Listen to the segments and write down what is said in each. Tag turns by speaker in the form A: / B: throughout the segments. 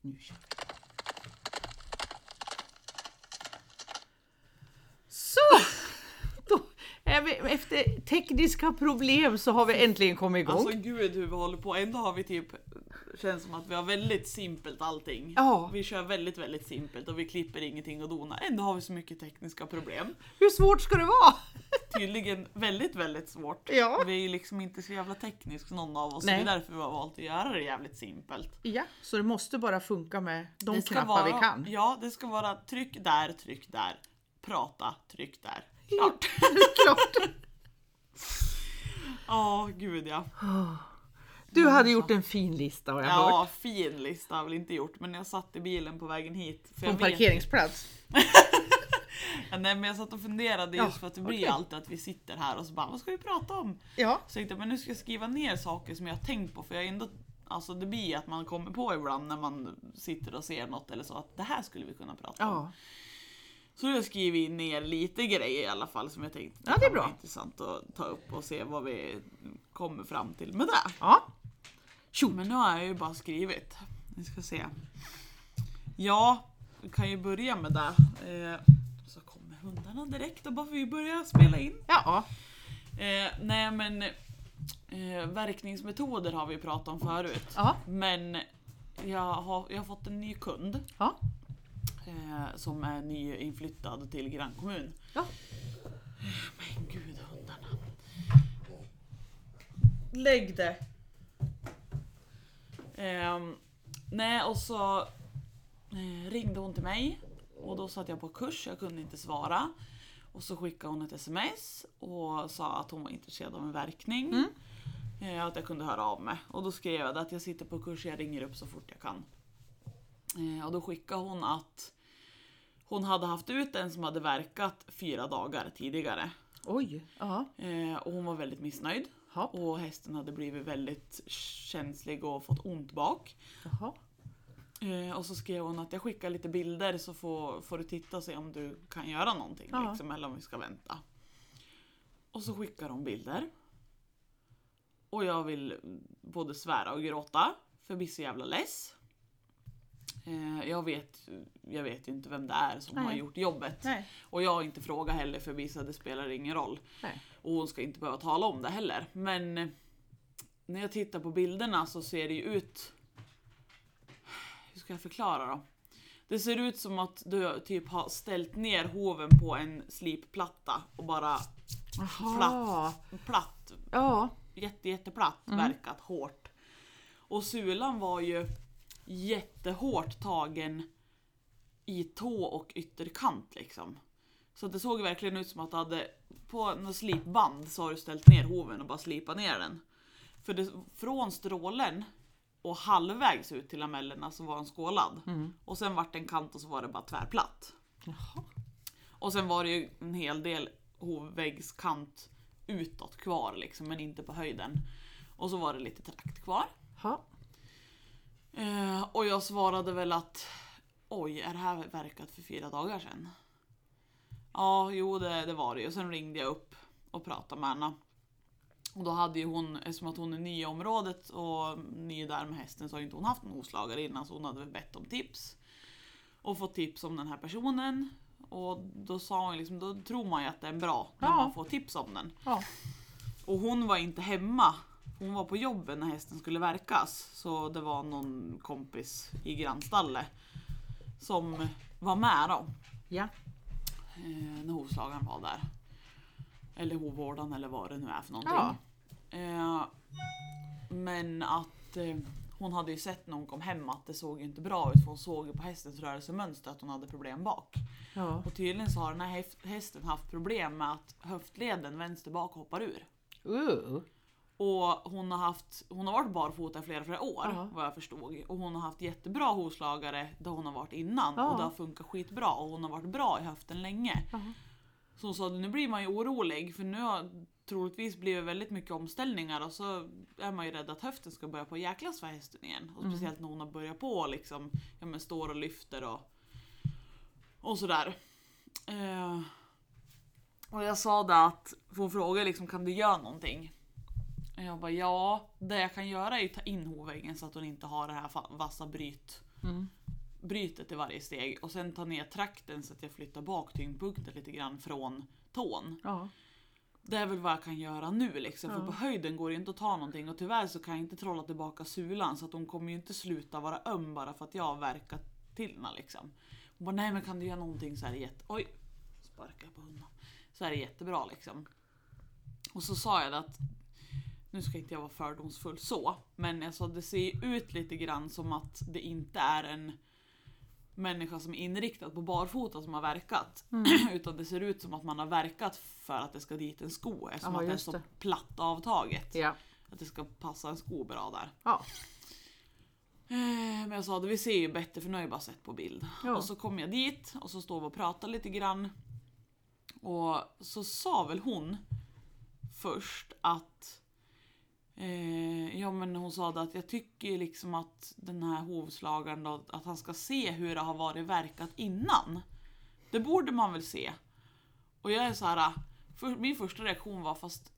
A: Nu kör vi. Så! Då är vi, efter tekniska problem så har vi äntligen kommit igång.
B: Alltså gud hur vi håller på. Ändå har vi typ, känns som att vi har väldigt simpelt allting.
A: ja,
B: Vi kör väldigt, väldigt simpelt och vi klipper ingenting och donar. Ändå har vi så mycket tekniska problem.
A: hur svårt ska det vara?
B: Tydligen väldigt, väldigt svårt.
A: Ja.
B: Vi är ju liksom inte så jävla teknisk någon av oss.
A: Nej.
B: Det är därför vi har valt att göra det jävligt simpelt.
A: ja. Så det måste bara funka med de
B: det ska
A: knappar
B: vara,
A: vi kan.
B: Ja, det ska vara tryck där, tryck där. Prata, tryck där. Klart.
A: Klart.
B: Ja, gud ja.
A: Du hade gjort en fin lista har jag hört.
B: Ja, fin lista har jag väl inte gjort, men jag satt i bilen på vägen hit. För
A: På en
B: jag vet-
A: parkeringsplats.
B: Ja, nej, men jag satt och funderade
A: Ja,
B: just för att det blir
A: okej.
B: alltid att vi sitter här och så bara, vad ska vi prata om?
A: Ja.
B: Så jag tänkte, men nu ska jag skriva ner saker som jag har tänkt på för jag är ändå Alltså det blir ju att man kommer på ibland när man sitter och ser något eller så att det här skulle vi kunna prata om.
A: ja.
B: Så jag skriver ner lite grejer i alla fall som jag tänkte
A: Ja, det är
B: kan vara
A: bra.
B: intressant att ta upp och se vad vi kommer fram till med det.
A: Ja. Tjo.
B: Men nu har jag ju bara skrivit. Vi ska se. Ja, vi kan ju börja med det. Eh, så kommer hundarna direkt och bara vi börjar spela in.
A: Ja.
B: Eh, nej men eh, verkningsmetoder har vi pratat om förut.
A: Ja.
B: Men jag har, jag har fått en ny kund
A: Ja.
B: eh, som är nyinflyttad till grannkommun.
A: Ja.
B: Men gud hundarna. Lägg det. Ehm, nej och så eh, ringde hon till mig och då satt jag på kurs, jag kunde inte svara. Och så skickade hon ett sms och sa att hon var intresserad av en verkning.
A: Mm.
B: Eh, att jag kunde höra av mig. Och då skrev jag att jag sitter på kurs, jag ringer upp så fort jag kan. Eh, och då skickade hon att hon hade haft ut en som hade verkat fyra dagar tidigare.
A: Oj. Ja.
B: Eh, och hon var väldigt missnöjd.
A: Hopp.
B: Och hästen hade blivit väldigt känslig och fått ont bak.
A: Jaha.
B: Eh, och så skrev hon att jag skickar lite bilder så får, får du titta och se om du kan göra någonting.
A: Ja.
B: Liksom, eller om vi ska vänta. Och så skickar hon bilder. Och jag vill både svära och gråta. För jag blir så jävla less. Eh, jag, vet, jag vet ju inte vem det är som har
A: Nej.
B: gjort jobbet.
A: Nej.
B: Och jag har inte frågat heller för vissa det spelar ingen roll.
A: Nej.
B: Och hon ska inte behöva tala om det heller. Men eh, när jag tittar på bilderna så ser det ju ut... Hur ska jag förklara då? Det ser ut som att du typ har ställt ner hoven på en slipplatta och bara
A: Jaha.
B: Platt. platt,
A: Ja.
B: jätte jätteplatt verkat hårt. Och sulan var ju jättehårt tagen i tå och ytterkant liksom. Så att det såg verkligen ut som att du hade på något slipband så har du ställt ner hoven och bara slipat ner den. För det, från strålen och halvvägs ut till lamellerna så var den skålad. Och sen vart den kant och så var det bara tvärplatt.
A: Jaha.
B: Och sen var det ju en hel del hovväggskant utåt kvar liksom, men inte på höjden. Och så var det lite trakt kvar.
A: Ja.
B: Eh, och jag svarade väl att oj, är det här verkat för fyra dagar sedan? Ja, jo det, det var det ju. Och Sen ringde jag upp och pratade med henne. Och då hade ju hon, eftersom att hon är ny i området och ny där med hästen så har ju inte hon haft någon oslagare innan så hon hade väl bett om tips. Och fått tips om den här personen. Och då sa hon liksom, då tror man ju att den är bra när
A: Ja.
B: man får tips om den.
A: Ja.
B: Och hon var inte hemma. Hon var på jobbet när hästen skulle verkas. Så det var någon kompis i grannstallet som var med då.
A: Ja.
B: Eh, när hovslagaren var där. Eller hovvårdaren eller vad det nu är för någonting.
A: Ja.
B: Eh, men att eh, hon hade ju sett när hon kom hem att det såg ju inte bra ut. För hon såg ju på hästens rörelsemönster att hon hade problem bak.
A: Ja.
B: Och tydligen så har den här häf- hästen haft problem med att höftleden vänster bak hoppar ur.
A: Uh.
B: Och hon har, haft, hon har varit barfota i flera, flera år
A: Ja.
B: vad jag förstod. Och hon har haft jättebra hovslagare där hon har varit innan.
A: Ja.
B: Och det har funkat skitbra och hon har varit bra i höften länge.
A: Jaha.
B: Så hon sa nu blir man ju orolig för nu har troligtvis blivit väldigt mycket omställningar och så är man ju rädd att höften ska börja på jäklas för hästen igen. Och
A: Mm.
B: speciellt när hon har börjat på och liksom, ja men står och lyfter och, och sådär. Eh, och jag sa det att, för hon frågade liksom kan du göra någonting? Och jag bara ja, det jag kan göra är ju ta in hoväggen så att hon inte har det här fa- vassa bryt,
A: Mm.
B: brytet i varje steg. Och sen ta ner trakten så att jag flyttar bak tyngdpunkten lite grann från tån.
A: Ja.
B: Det är väl vad jag kan göra nu liksom.
A: Ja.
B: För på höjden går det ju inte att ta någonting och tyvärr så kan jag inte trolla tillbaka sulan så att hon kommer ju inte sluta vara öm bara för att jag har verkat till henne liksom. Hon bara nej men kan du göra någonting så är det jätte... Oj! Sparkar på hunden. Så är det jättebra liksom. Och så sa jag det att nu ska inte jag vara fördomsfull så, men jag sa det ser ju ut lite grann som att det inte är en människa som är inriktad på barfota som har verkat.
A: Mm.
B: Utan det ser ut som att man har verkat för att det ska dit en sko eftersom
A: Ja,
B: att det är
A: just
B: så
A: det.
B: platt avtaget.
A: Ja.
B: Att det ska passa en sko bra där.
A: Ja.
B: Eh, Men jag sa det, vi ser ju bättre för nu har jag bara sett på bild.
A: Ja.
B: Och så kom jag dit och så står vi och pratar lite grann. Och så sa väl hon först att eh, Ja men hon sa det att jag tycker ju liksom att den här hovslagaren då, att han ska se hur det har varit verkat innan. Det borde man väl se. Och jag är så här. För, min första reaktion var fast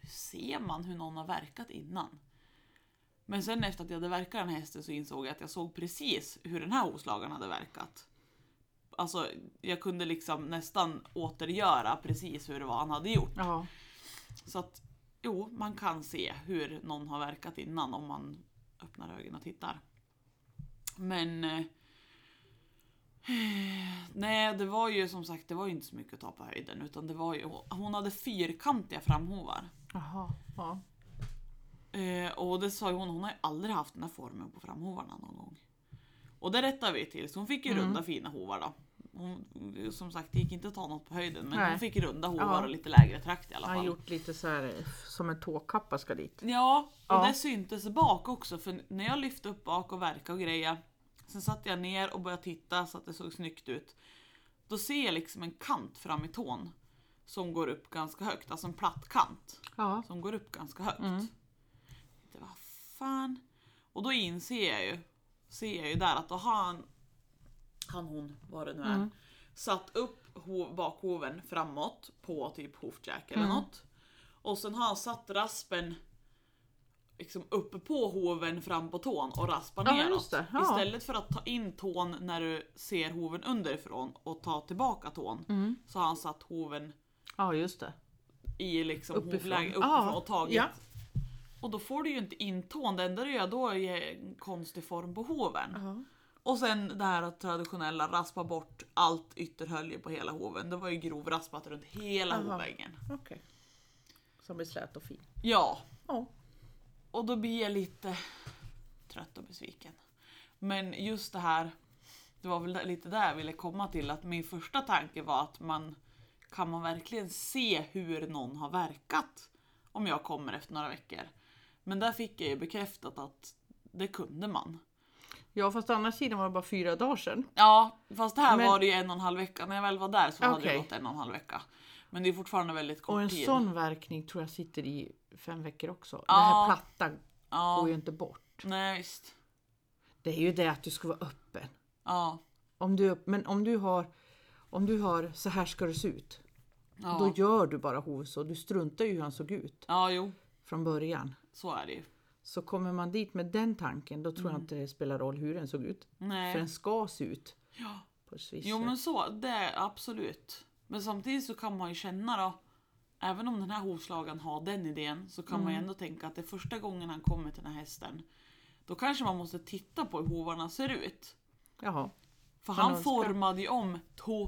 B: hur ser man hur någon har verkat innan? Men sen efter att jag hade verkat den här hästen så insåg jag att jag såg precis hur den här hovslagaren hade verkat. Alltså jag kunde liksom nästan återgöra precis hur det var han hade gjort.
A: Ja.
B: Så att jo, man kan se hur någon har verkat innan om man öppnar ögonen och tittar. Men... Eh, nej, det var ju som sagt, det var ju inte så mycket att ta på höjden utan det var ju... Hon hade fyrkantiga framhovar.
A: Jaha. Ja.
B: Eh, och det sa ju hon, hon har ju aldrig haft den här formen på framhovarna någon gång. Och det rättade vi till, så hon fick ju
A: Mm.
B: runda fina hovar då. Hon, som sagt, det gick inte att ta något på höjden men
A: Nej.
B: hon fick runda hovar
A: Ja.
B: och lite lägre trakt i alla
A: Han
B: fall.
A: har gjort lite så här eh, som en tåkappa ska dit.
B: Ja, och
A: Ja.
B: det syntes bak också för när jag lyfte upp bak och verkade och grejer Sen satte jag ner och började titta så att det såg snyggt ut. Då ser jag liksom en kant fram i tån. Som går upp ganska högt, alltså en platt kant.
A: Ja. Mm.
B: Som går upp ganska högt. Det var fan. Och då inser jag ju, ser jag ju där att då har han, han hon, vad det nu är,
A: Mm.
B: satt upp hov, bakhoven framåt på typ hoofjack eller
A: Mm.
B: något. Och sen har han satt raspen liksom uppe på hoven fram på tån och raspar
A: Ja, just
B: neråt.
A: det. Ja.
B: Istället för att ta in tån när du ser hoven underifrån och ta tillbaka tån
A: Mm.
B: så har han satt hoven
A: Ja, just det.
B: i liksom
A: Uppifrån.
B: hovläge uppifrån
A: Ja,
B: och tagit.
A: ja.
B: Och då får du ju inte in tån, det enda du gör då är ju en konstig form på hoven. Och sen det här traditionella raspa bort allt ytterhölje på hela hoven. Det var ju grovraspat runt hela
A: Aha.
B: hovväggen.
A: Okej. Som är slät och fin.
B: Ja,
A: Ja.
B: och då blir jag lite trött och besviken. Men just det här, det var väl där- lite där jag ville komma till att min första tanke var att man kan man verkligen se hur någon har verkat om jag kommer efter några veckor. Men där fick jag ju bekräftat att det kunde man.
A: Ja, fast å andra sidan var det bara fyra dagar sedan.
B: Ja, fast det här
A: Men-
B: var det ju en och en halv vecka. När jag väl var där så hade det
A: Okej.
B: gått en och en halv vecka. Men det är fortfarande väldigt kort
A: Och en
B: tid.
A: sån verkning tror jag sitter i fem veckor också. Det
B: Ja.
A: här platta
B: ja,
A: går ju inte bort.
B: nej visst.
A: Det är ju det att du ska vara öppen.
B: Ja,
A: Om du, är upp- men om du har, om du har så här ska det se ut.
B: ja.
A: Då gör du bara hov så. Du struntar ju hur han såg ut
B: ja, jo,
A: från början.
B: så är det ju.
A: Så kommer man dit med den tanken då tror jag inte det spelar roll hur den såg ut.
B: Mm. Nej.
A: För den ska se ut
B: Ja.
A: på ett visst
B: Jo
A: sätt.
B: men så, det är absolut. Men samtidigt så kan man ju känna då, även om den här hovslagaren har den idén, så kan man ju ändå tänka att det är första gången han kommer till den här hästen, då kanske man måste titta på hur hovarna ser ut.
A: Jaha.
B: För
A: Han
B: han,
A: önskar.
B: formade ju om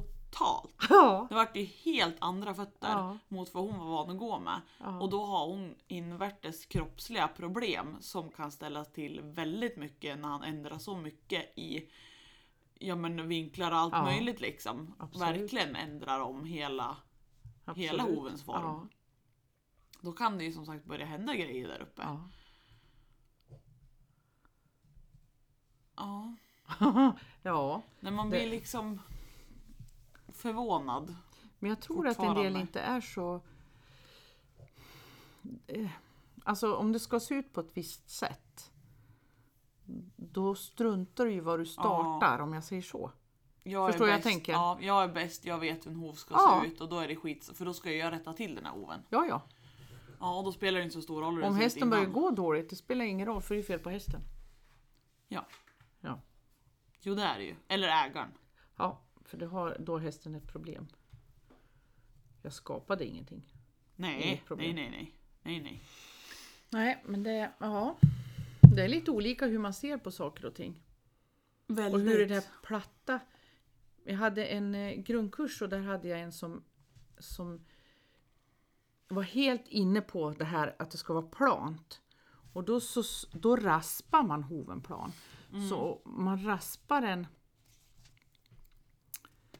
B: totalt.
A: Ja.
B: Det vart ju helt andra fötter
A: Ja.
B: mot vad hon var van att gå med.
A: Ja.
B: Och då har hon invärtes kroppsliga problem som kan ställa till väldigt mycket när han ändrar så mycket i ja, men vinklar och allt
A: Ja.
B: möjligt liksom.
A: Absolut.
B: Verkligen ändrar om hela.
A: Absolut.
B: Hela hovens form.
A: Ja.
B: Då kan det ju som sagt börja hända grejer där uppe. Ja.
A: Ja. ja.
B: När man
A: Det-
B: blir liksom förvånad.
A: Men jag tror att en del
B: Fortfarande.
A: inte är så... Eh, Alltså om det ska se ut på ett visst sätt. Då struntar du ju var du startar om jag säger så.
B: Jag
A: Förstår
B: är
A: jag
B: bäst,
A: tänker?
B: Ja, jag är bäst, jag vet hur en hov ska
A: Ja.
B: se ut och då är det skit. För då ska jag rätta till den här hoven.
A: Ja, ja.
B: Ja, då spelar det inte så stor roll hur
A: Om
B: det ser ut
A: hästen
B: innan.
A: börjar gå dåligt, det spelar ingen roll för det är fel på hästen.
B: Ja.
A: Ja,
B: Jo, det är det ju. Eller ägaren.
A: ja för det har, då har hästen ett problem. Jag skapade ingenting.
B: Nej,
A: Inget
B: nej,
A: problem.
B: nej, nej. Nej, nej.
A: Nej, men det, ja. det är lite olika hur man ser på saker och ting.
B: Väldigt.
A: Och hur är det här platta? Jag hade en eh, grundkurs och där hade jag en som, som var helt inne på det här att det ska vara plant. Och då, så, då raspar man hoven plan. Så man raspar den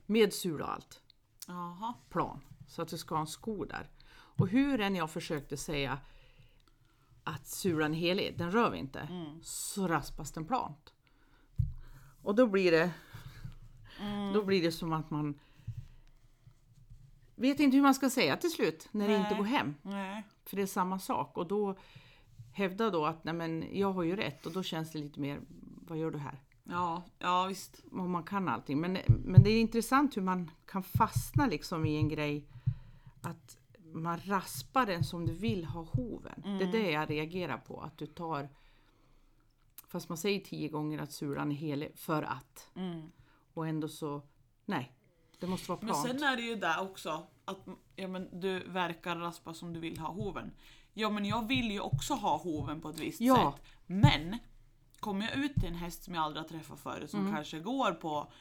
A: med sula och allt
B: Jaha.
A: plan. Så att du ska ha en sko där. Och hur än jag försökte säga att sulan är helig, den rör vi inte. Så raspas den plant. Och då blir det Då blir det som att man vet inte hur man ska säga till slut när det inte
B: Nej.
A: går hem.
B: Nej.
A: För det är samma sak. Och då hävda då att nej men, jag har ju rätt och då känns det lite mer, vad gör du här?
B: Ja, ja visst.
A: om man kan allting. Men, men det är intressant hur man kan fastna liksom i en grej. Att man raspar den som du vill ha hoven. Det är det jag reagerar på. Att du tar... Fast man säger tio gånger att sulan är helig för att. Och ändå så... Nej. Det måste vara
B: Men
A: plant.
B: sen är det ju där också att ja, men du verkar raspa som du vill ha hoven. Ja men jag vill ju också ha hoven på ett visst
A: Ja.
B: sätt. Men kommer jag ut till en häst som jag aldrig har träffat förut
A: Mm.
B: som kanske går på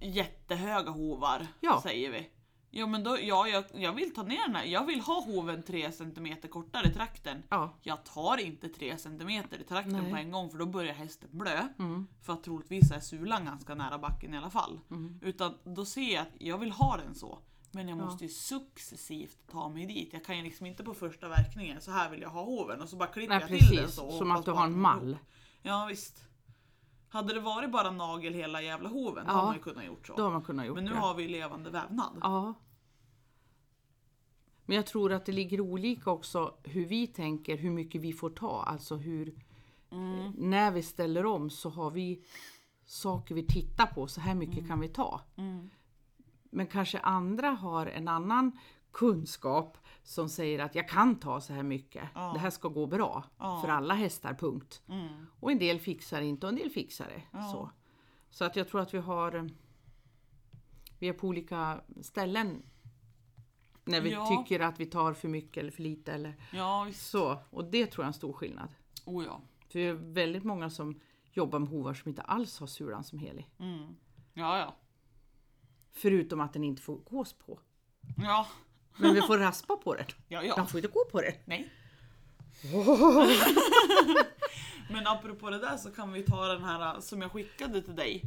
B: jättehöga hovar,
A: Ja.
B: säger vi. Ja men då, ja, jag, jag vill ta ner den här. Jag vill ha hoven 3 cm kortare i trakten.
A: Ja.
B: Jag tar inte 3 cm i trakten
A: Nej. Mm.
B: på en gång för då börjar hästen blö. För att troligtvis är sulan ganska nära backen i alla fall.
A: Mm.
B: Utan då ser jag att jag vill ha den så. Men jag måste ju successivt ta mig dit. Jag kan ju liksom inte på första verkningen, så här vill jag ha hoven och så bara klipper
A: Nej
B: jag till den
A: precis.
B: så. och
A: Som
B: hoppas
A: att du
B: på
A: har en
B: den-
A: mall.
B: Ja visst. Hade det varit bara nagel hela jävla hoven då
A: Ja.
B: hade man ju kunnat gjort så.
A: Då har man kunnat gjort
B: Men nu
A: det.
B: har vi ju levande vävnad.
A: Ja. Men jag tror att det ligger olika också hur vi tänker, hur mycket vi får ta. Alltså hur... eh, När vi ställer om så har vi saker vi tittar på, så här mycket kan vi ta. Men kanske andra har en annan kunskap som säger att jag kan ta så här mycket. Det här ska gå bra för alla hästar, punkt. Och en del fixar inte och en del fixar det. Så, så att jag tror att vi har eh, vi är på olika ställen när vi
B: Ja.
A: tycker att vi tar för mycket eller för lite. Eller
B: Ja visst.
A: så. Och det tror jag är en stor skillnad.
B: Oh, ja.
A: För det är väldigt många som jobbar med hovar som inte alls har sulan som helig.
B: Ja ja.
A: Förutom att den inte får gås på.
B: Ja.
A: Men vi får raspa på den.
B: Ja ja.
A: Den får inte gå på den.
B: Nej. Men apropå det där så kan vi ta den här äh, som jag skickade till dig.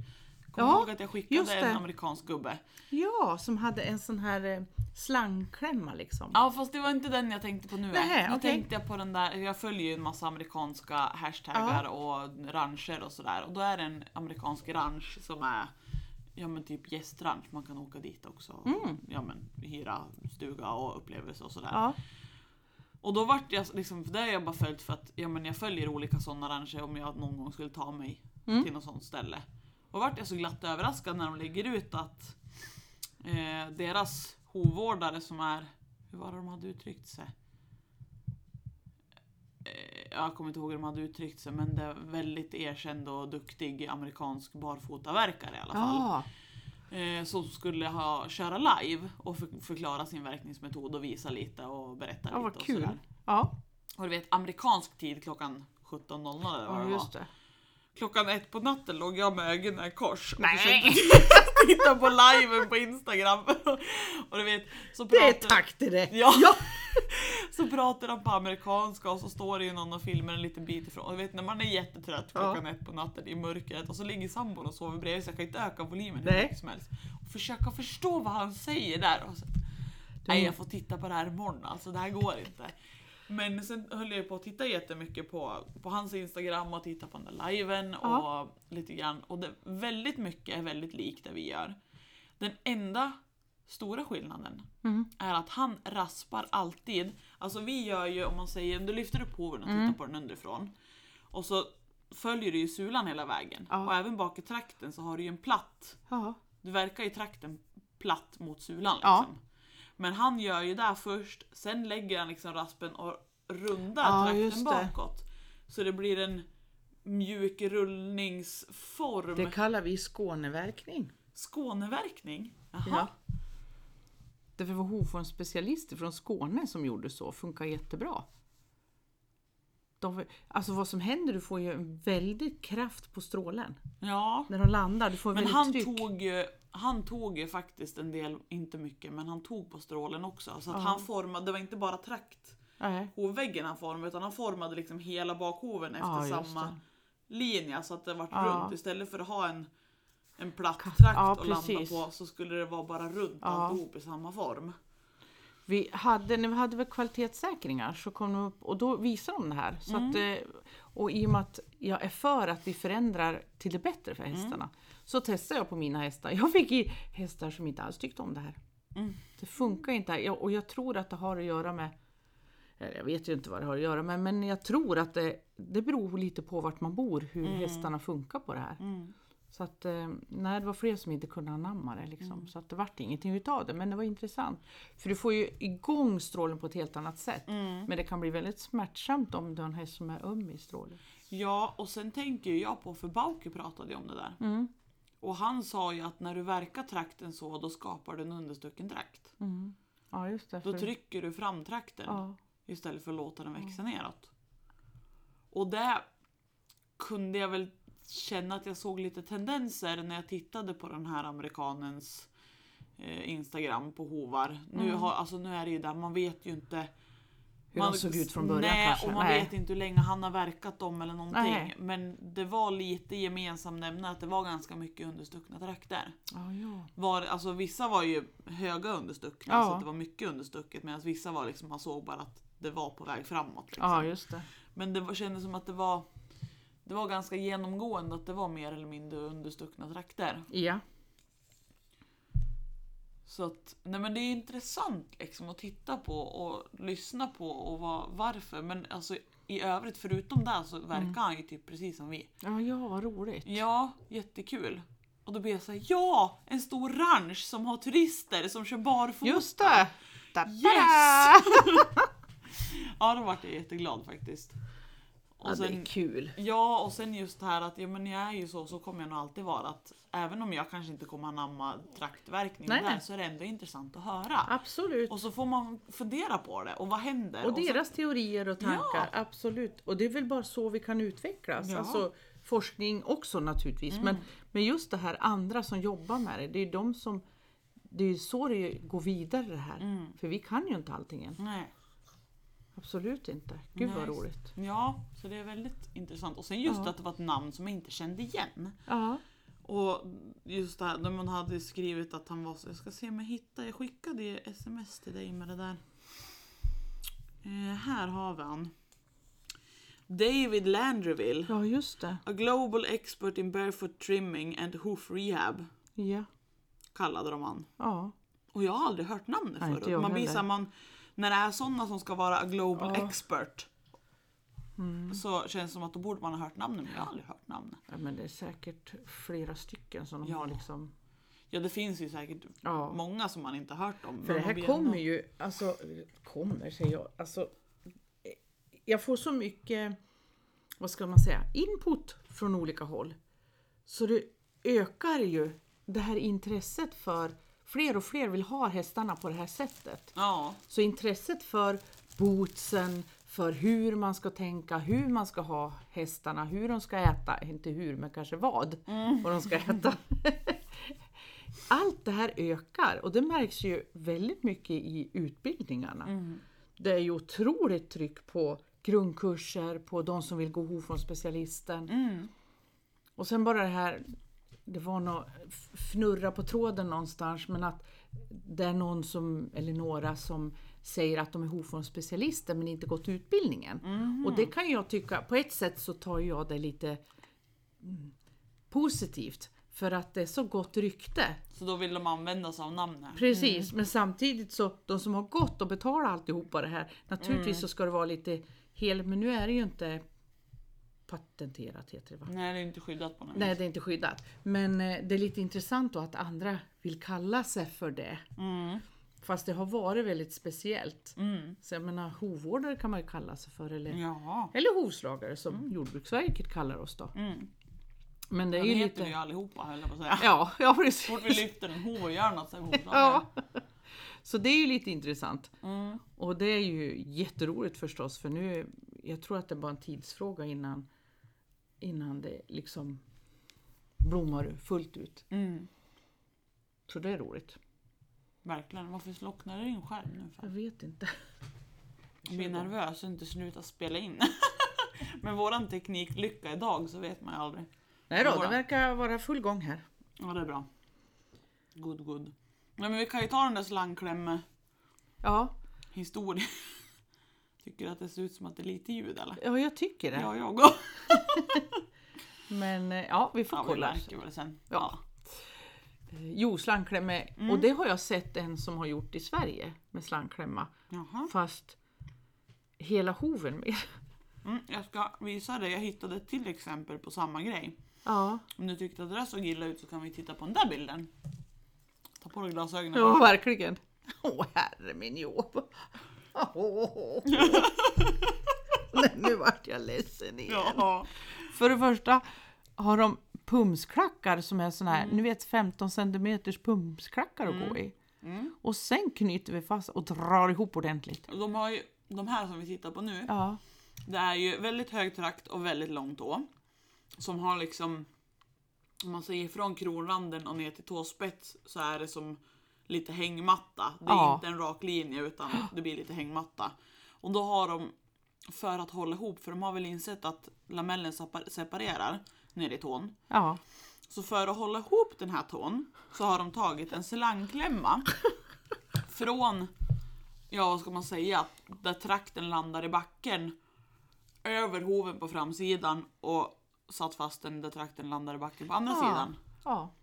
B: Kommer
A: Ja,
B: du ihåg att jag
A: just
B: skickade
A: det.
B: en amerikansk gubbe?
A: Ja, som hade en sån här eh, slangklämma liksom.
B: Ja fast det var inte den jag tänkte på nu.
A: Nähä,
B: nu
A: okej.
B: tänkte jag på den där, jag följer ju en massa amerikanska hashtaggar och rancher och sådär. Och då är det en amerikansk ranch som är ja men typ gästranch, man kan åka dit också.
A: Mm.
B: och Ja men hyra stuga och upplevelse och sådär.
A: Ja.
B: Och då vart jag liksom, för det har jag bara följt för att ja, men jag följer olika sådana arrangemang om jag någon gång skulle ta mig
A: Mm.
B: till något sånt ställe. Och vart jag så glatt överraskad när de lägger ut att eh, deras hovvårdare som är, hur var det de hade uttryckt sig? Eh, Jag kommer inte ihåg hur de hade uttryckt sig men det är väldigt erkänd och duktig amerikansk barfotaverkare i alla fall.
A: Ja.
B: Eh, som skulle ha, köra live och för, förklara sin verkningsmetod och visa lite och
A: ja,
B: berätta lite.
A: vad
B: och
A: kul.
B: sådär.
A: Ja,
B: Och du vet amerikansk tid klockan 17.00 eller vad
A: ja,
B: det var.
A: just det.
B: Klockan ett på natten låg jag med ögonen i kors och
A: Nej.
B: försökte titta på liven på Instagram. och du vet, så
A: Det är
B: pratar-
A: tack till det!
B: Ja. Så pratar han på amerikanska och så står det ju någon och filmar en liten bit ifrån. Och du vet när man är jättetrött klockan ett på natten i mörkret och så ligger sambon och sover bredvid så jag kan inte öka volymen hur
A: Nej.
B: mycket som helst. Och försöka förstå vad han säger där. Och så, Nej jag får titta på det här imorgon alltså, det här går inte. Men sen höll jag ju på att titta jättemycket på, på hans instagram och titta på den där liven och
A: Ja.
B: lite grann. Och det, väldigt mycket är väldigt likt det vi gör. Den enda stora skillnaden är att han raspar alltid. Alltså vi gör ju, om man säger, om du lyfter upp hoven och
A: Mm.
B: tittar på den underifrån. Och så följer du ju sulan hela vägen.
A: Ja.
B: Och även bak i trakten så har du ju en platt.
A: Ja.
B: Du verkar ju trakten platt mot sulan
A: Ja.
B: liksom. Men han gör ju det först, sen lägger han liksom raspen och rundar
A: Ja,
B: trakten
A: just det.
B: bakåt. Så det blir en mjuk rullningsform.
A: Det kallar vi Skåneverkning.
B: Skåneverkning? Jaha.
A: Ja. Därför var hovformsspecialister från Skåne som gjorde så, funkar jättebra. De, alltså vad som händer, du får ju en väldig kraft på strålen.
B: ja.
A: När de landar, du får
B: Men
A: väldigt
B: han
A: tryck.
B: tog, ju, han tog ju faktiskt en del, inte mycket, men han tog på strålen också. Så att han formade, det var inte bara trakt
A: Nej.
B: hovväggen han formade utan han formade liksom hela bakhoven efter
A: Ja, just
B: samma linje så att det vart
A: Ja.
B: runt. Istället för att ha en, en platt trakt
A: ja,
B: att landa
A: precis.
B: på så skulle det vara bara runt
A: Ja.
B: alltihop i samma form.
A: Vi hade, när vi hade väl kvalitetssäkringar så kom de upp och då visade de det här. Så att, eh, och i och med att jag är för att vi förändrar till det bättre för hästarna så testade jag på mina hästar. Jag fick i hästar som inte alls tyckte om det här.
B: Mm.
A: Det funkar inte. här. Jag, och jag tror att det har att göra med eller jag vet ju inte vad det har att göra med, men jag tror att det, det beror lite på vart man bor, hur hästarna funkar på det här. Så att, eh, nej, det var fler som inte kunde anamma det. Liksom.
B: Mm.
A: Så att det vart ingenting utav det, men det var intressant. För du får ju igång strålen på ett helt annat sätt.
B: Mm.
A: Men det kan bli väldigt smärtsamt om du har en häst som är öm i strålen.
B: Ja, och sen tänker ju jag på, för Bauke pratade ju om det där. Och han sa ju att när du verkar trakten så, då skapar du en understucken trakt.
A: Ja, just det.
B: mm. Då
A: för-
B: trycker du fram trakten.
A: ja.
B: Istället för att låta den växa
A: Mm.
B: neråt. Och det kunde jag väl känna att jag såg lite tendenser när jag tittade på den här amerikanens eh, Instagram på hovar. Nu, har, alltså, nu är det ju där, man vet ju inte.
A: Mm. Hur de såg ut från början
B: nej,
A: kanske.
B: och man
A: nej.
B: vet inte hur länge han har verkat dem eller någonting.
A: Nej.
B: Men det var lite gemensam nämnare att det var ganska mycket understuckna trakter.
A: Ja, ja.
B: Var, alltså, vissa var ju höga understuckna,
A: Ja.
B: så att det var mycket understucket. Medan vissa var liksom, man såg bara att det var på väg framåt. Liksom.
A: ja, just det.
B: Men det var, kändes som att det var Det var ganska genomgående att det var mer eller mindre understuckna trakter.
A: Ja.
B: Så att, nej men det är intressant liksom att titta på och lyssna på och vad, varför. Men alltså i övrigt förutom det så verkar
A: Mm.
B: han ju typ precis som vi.
A: Ja, ja, vad roligt.
B: Ja, jättekul. Och då blir jag såhär, ja! En stor ranch som har turister som kör barfota.
A: Just det! Da, da, da.
B: Yes! ja, då vart jag jätteglad faktiskt.
A: Ja,
B: Och
A: det är
B: sen,
A: kul.
B: Ja, och sen just det här att ja, men jag är ju så, så kommer jag nog alltid vara. Att även om jag kanske inte kommer anamma traktverkning
A: Nej,
B: där,
A: nej.
B: så är det ändå intressant att höra.
A: Absolut.
B: Och så får man fundera på det och vad händer?
A: Och
B: så,
A: deras teorier och tankar, absolut. Och det är väl bara så vi kan utvecklas.
B: Ja. Mm.
A: Alltså, forskning också naturligtvis. Men, men just det här andra som jobbar med det, det är de som det är ju så det går vidare det här.
B: Mm.
A: För vi kan ju inte allting än.
B: nej.
A: Absolut inte. Gud vad
B: Nej.
A: roligt.
B: Ja, så det är väldigt intressant. Och sen just att det var ett namn som jag inte kände igen.
A: Ja.
B: Och just det här, när man hade skrivit att han var så, jag ska se om jag hittar, jag skickade ju sms till dig med det där. Eh, här har vi han. David Landreville.
A: ja, just det.
B: A global expert in barefoot trimming and hoof rehab
A: Ja.
B: kallade de han.
A: ja.
B: Och jag har aldrig hört namnet
A: Nej, inte
B: förut.
A: jag
B: Man blir
A: heller.
B: såhär, man, när det är sådana som ska vara a global
A: Ja. Mm.
B: expert så känns det som att då borde man ha hört namnet, men jag har aldrig hört namnet.
A: ja. Men det är säkert flera stycken som de
B: Ja.
A: har liksom...
B: Ja det finns ju säkert
A: Ja.
B: många som man inte hört om.
A: För det
B: men man
A: här
B: blir
A: kommer
B: ändå-
A: ju, alltså, kommer säger jag, alltså, eh, jag får så mycket, vad ska man säga, input från olika håll. Så det ökar ju det här intresset för, fler och fler vill ha hästarna på det här sättet.
B: Ja.
A: Så intresset för bootsen, för hur man ska tänka, hur man ska ha hästarna, hur de ska äta, inte hur men kanske vad, vad de ska äta. Allt det här ökar och det märks ju väldigt mycket i utbildningarna. Det är ju otroligt tryck på grundkurser, på de som vill gå hov från specialisten. Och sen bara det här, det var något f- fnurra på tråden någonstans men att det är någon som, eller några som säger att de är hovformsspecialister men inte gått utbildningen. Och det kan jag tycka, på ett sätt så tar jag det lite mm, positivt för att det är så gott rykte.
B: Så då vill de använda sig av namnet.
A: Precis, men samtidigt så de som har gått och betalat alltihopa det här, naturligtvis så ska det vara lite hel, men nu är det ju inte patenterat heter det va?
B: Nej det är inte skyddat på något
A: Nej,
B: vis.
A: det är inte skyddat. Men eh, det är lite intressant då att andra vill kalla sig för det. Fast det har varit väldigt speciellt.
B: Mm.
A: Så jag menar, hovvårdare kan man ju kalla sig för, eller,
B: Ja.
A: eller hovslagare som Jordbruksverket kallar oss då.
B: Mm.
A: Men det är
B: Det
A: ju
B: heter vi
A: lite...
B: ju allihopa höll jag på att säga.
A: Ja, ja
B: Så fort
A: precis.
B: vi lyfter en hov och gör något så är vi hovslagare.
A: Ja. Så det är ju lite intressant.
B: Mm.
A: Och det är ju jätteroligt förstås för nu, jag tror att det är bara en tidsfråga innan, innan det liksom blommar fullt ut.
B: Mm.
A: Så det är roligt.
B: Verkligen. Varför slocknar det i din skärm nu? För?
A: Jag vet inte.
B: Jag blir nervös och inte slutar spela in. Men våran teknik lycka idag så vet man ju aldrig.
A: Nej då, det verkar vara full gång här.
B: Ja, det är bra. Good, good. Nej, men vi kan ju ta den där slangklämme-historien.
A: Ja,
B: Tycker du att det ser ut som att det är lite ljud eller?
A: ja jag tycker det.
B: Ja, jag går.
A: Men eh, ja, vi får
B: Ja, vi
A: kolla.
B: märker väl sen.
A: Ja. Mm. Eh, Jo, slangklämme. Och det har jag sett en som har gjort i Sverige med slangklämma.
B: Jaha.
A: Fast hela hoven med.
B: Mm, jag ska visa dig. Jag hittade ett till exempel på samma grej.
A: Ja,
B: Om du tyckte att det där såg illa ut så kan vi titta på den där bilden. Ta på dig glasögonen.
A: ja verkligen. Åh herre min jobb. Åh, åh, åh. Nej, nu vart jag ledsen igen.
B: Ja.
A: För det första har de pumsklackar som är såna här, ni vet 15 centimeters pumsklackar att gå i.
B: Mm.
A: Och sen knyter vi fast och drar ihop ordentligt.
B: De, har ju, de här som vi tittar på nu,
A: Ja,
B: det är ju väldigt hög trakt och väldigt långt å. Som har liksom, om man säger från kronranden och ner till tåspets så är det som lite hängmatta. Det är
A: Ja.
B: inte en rak linje utan det blir lite hängmatta. Och då har de, för att hålla ihop, för de har väl insett att lamellen separ- separerar nere i tån.
A: ja.
B: Så för att hålla ihop den här tån så har de tagit en slangklämma från, ja vad ska man säga, där trakten landar i backen över hoven på framsidan och satt fast den där trakten landar i backen på andra
A: Ja.
B: sidan.
A: ja.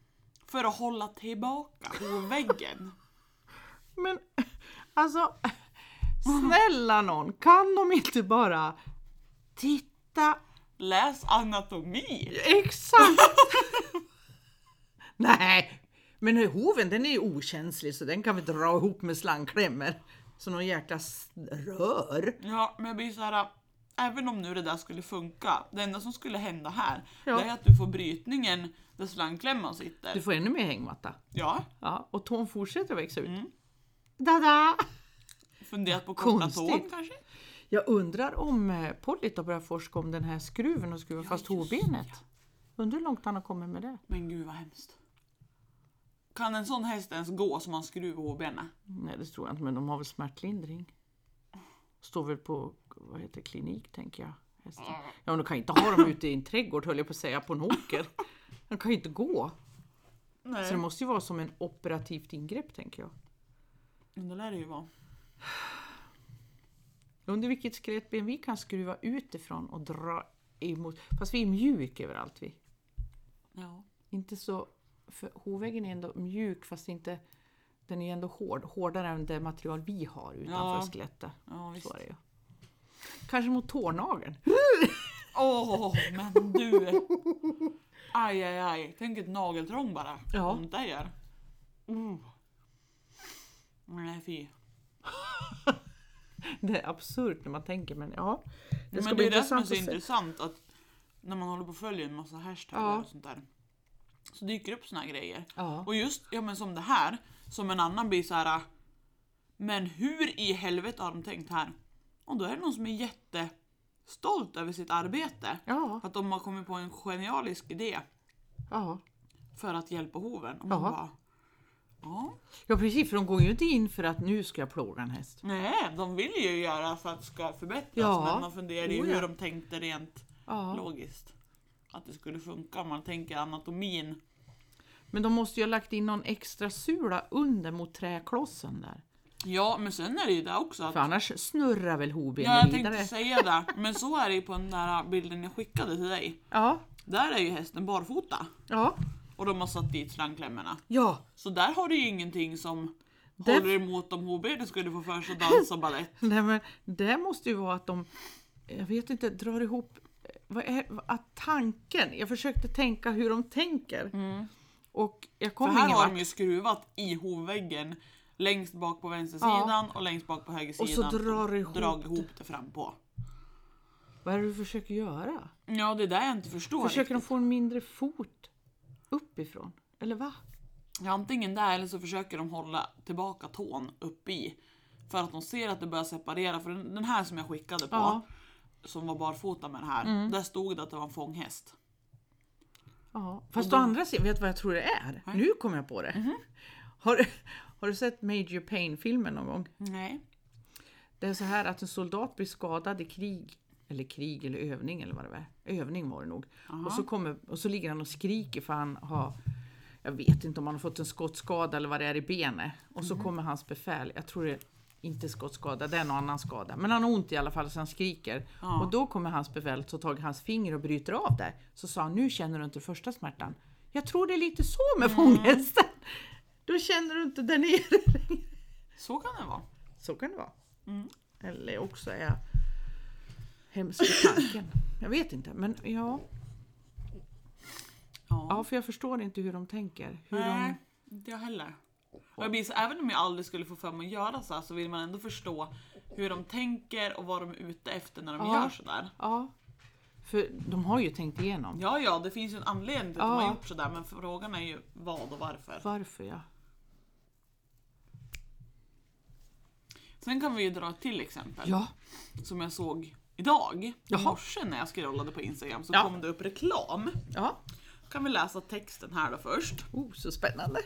B: För att hålla tillbaka hovväggen.
A: Men alltså, snälla någon, kan de inte bara titta
B: Läs anatomi!
A: exakt? Nej, men hoven den är ju okänslig så den kan vi dra ihop med slangklämmor. Som någon jäkla s- rör.
B: Ja, men jag blir så här. Även om nu det där skulle funka, det enda som skulle hända här,
A: Ja.
B: det är att du får brytningen där slangklämman sitter.
A: Du får ännu mer hängmatta.
B: Ja,
A: Ja, och tån fortsätter att växa ut. Dada!
B: funderat på Mm. korta
A: Konstigt.
B: tån kanske?
A: Jag undrar om eh, Pollit har börjat forska om den här skruven och skruva fast
B: just
A: hovbenet. Undrar hur långt han har kommit med det.
B: Men gud vad hemskt. Kan en sån häst ens gå som man skruvar ihop benen?
A: Nej det tror jag inte, men de har väl smärtlindring. Står väl på vad heter det, klinik tänker jag. Hästen. Ja men de kan inte ha dem ute i en trädgård höll jag på att säga, på en åker. De kan ju inte gå. Så
B: Nej.
A: det måste ju vara som en operativt ingrepp tänker jag.
B: Men det lär det ju vara.
A: Under vilket skrättben vi kan skruva utifrån och dra emot. Fast vi är mjuk överallt vi.
B: Ja.
A: Inte så, för hovväggen är ändå mjuk fast inte, den är ändå hård. Hårdare än det material vi har utanför
B: Ja.
A: skelettet.
B: Ja visst.
A: Så är det ju. Kanske mot tånageln.
B: Åh men du! Aj aj aj. Tänk ett nageltrång bara.
A: Ja.
B: Om det gör. Mm. Nej fy.
A: Det är absurt när man tänker men ja. Det ska
B: men det
A: bli
B: är det som är
A: intressant
B: så
A: att se.
B: intressant att när man håller på och följer en massa hashtagar
A: Ja.
B: och sånt där. Så dyker det upp såna här grejer.
A: Ja.
B: Och just ja, men som det här, som en annan blir så här. Men hur i helvete har de tänkt här? Och då är det någon som är jättestolt över sitt arbete.
A: Ja,
B: Att de har kommit på en genialisk idé
A: ja.
B: för att hjälpa hoven. Och man
A: Ja.
B: bara, ja,
A: ja precis för de går ju inte in för att nu ska jag plåga en häst.
B: nej, de vill ju göra för att det ska förbättras.
A: Ja.
B: Men man funderar ju
A: Oh, ja.
B: hur de tänkte rent
A: Ja.
B: logiskt. Att det skulle funka om man tänker anatomin.
A: Men de måste ju ha lagt in någon extra sula under mot träklossen där.
B: Ja, men sen är det ju det också att
A: För annars snurrar väl hovbenen
B: Ja, jag
A: vidare.
B: tänkte säga det. Men så är det ju på den där bilden jag skickade till dig.
A: Ja,
B: Där är ju hästen barfota.
A: ja,
B: Och de har satt dit slangklämmorna.
A: ja.
B: Så där har du ju ingenting som
A: Det-
B: håller emot om HBD skulle få för sig att dansa balett.
A: Nej, men det måste ju vara att de, jag vet inte, drar ihop, eh, vad är, att tanken, jag försökte tänka hur de tänker. Och jag
B: Mm. För
A: kom
B: här
A: ingen
B: har
A: vart.
B: de ju skruvat i hovväggen längst bak på vänstersidan och längst bak på
A: Och
B: högersidan.
A: så drar du ihop
B: drag
A: det.
B: ihop det fram på.
A: Vad är det du försöker göra?
B: Ja, det är det jag inte förstår.
A: Försöker de få en mindre fot uppifrån? Eller va?
B: Ja, Antingen där eller så försöker de hålla tillbaka tån upp i. För att de ser att det börjar separera. För den den här som jag skickade på,
A: Ja.
B: som var barfota med den här, där stod det att det var en fånghäst.
A: Ja. Fast å andra sidan, vet du vad jag tror det är? Nu kom jag på det.
B: Mhm.
A: Har, du- har du sett Major Payne-filmen någon gång?
B: Nej.
A: Det är så här att en soldat blir skadad i krig, eller krig eller övning eller vad det var. Övning var det nog. Och så, kommer, och så ligger han och skriker för han har, jag vet inte om han har fått en skottskada eller vad det är i benet. Och så kommer hans befäl, jag tror det är inte skottskada, det är någon annan skada. Men han har ont i alla fall så han skriker.
B: Ja.
A: Och då kommer hans befäl ta tag i hans finger och bryter av det. Så sa han, nu känner du inte första smärtan. Jag tror det är lite så med fånghästen. Då känner du inte där nere längre.
B: Så kan det vara.
A: Så kan det vara.
B: Mm.
A: Eller också är jag hemsk i tanken. Jag vet inte, men ja.
B: Ja.
A: ja, för jag förstår inte hur de tänker. Hur
B: Nej,
A: de...
B: inte jag heller. Och jag blir så, även om jag aldrig skulle få för mig att göra så här så vill man ändå förstå hur de tänker och vad de är ute efter när de
A: Ja.
B: gör sådär.
A: Ja, för de har ju tänkt igenom.
B: Ja, ja, det finns ju en anledning till att de
A: Ja.
B: har gjort sådär men frågan är ju vad och varför.
A: Varför ja.
B: Sen kan vi ju dra ett till exempel
A: Ja,
B: som jag såg idag. I
A: Jaha.
B: morse när jag scrollade på Instagram så
A: Ja.
B: kom det upp reklam.
A: ja.
B: Kan vi läsa texten här då först.
A: Oh, så spännande.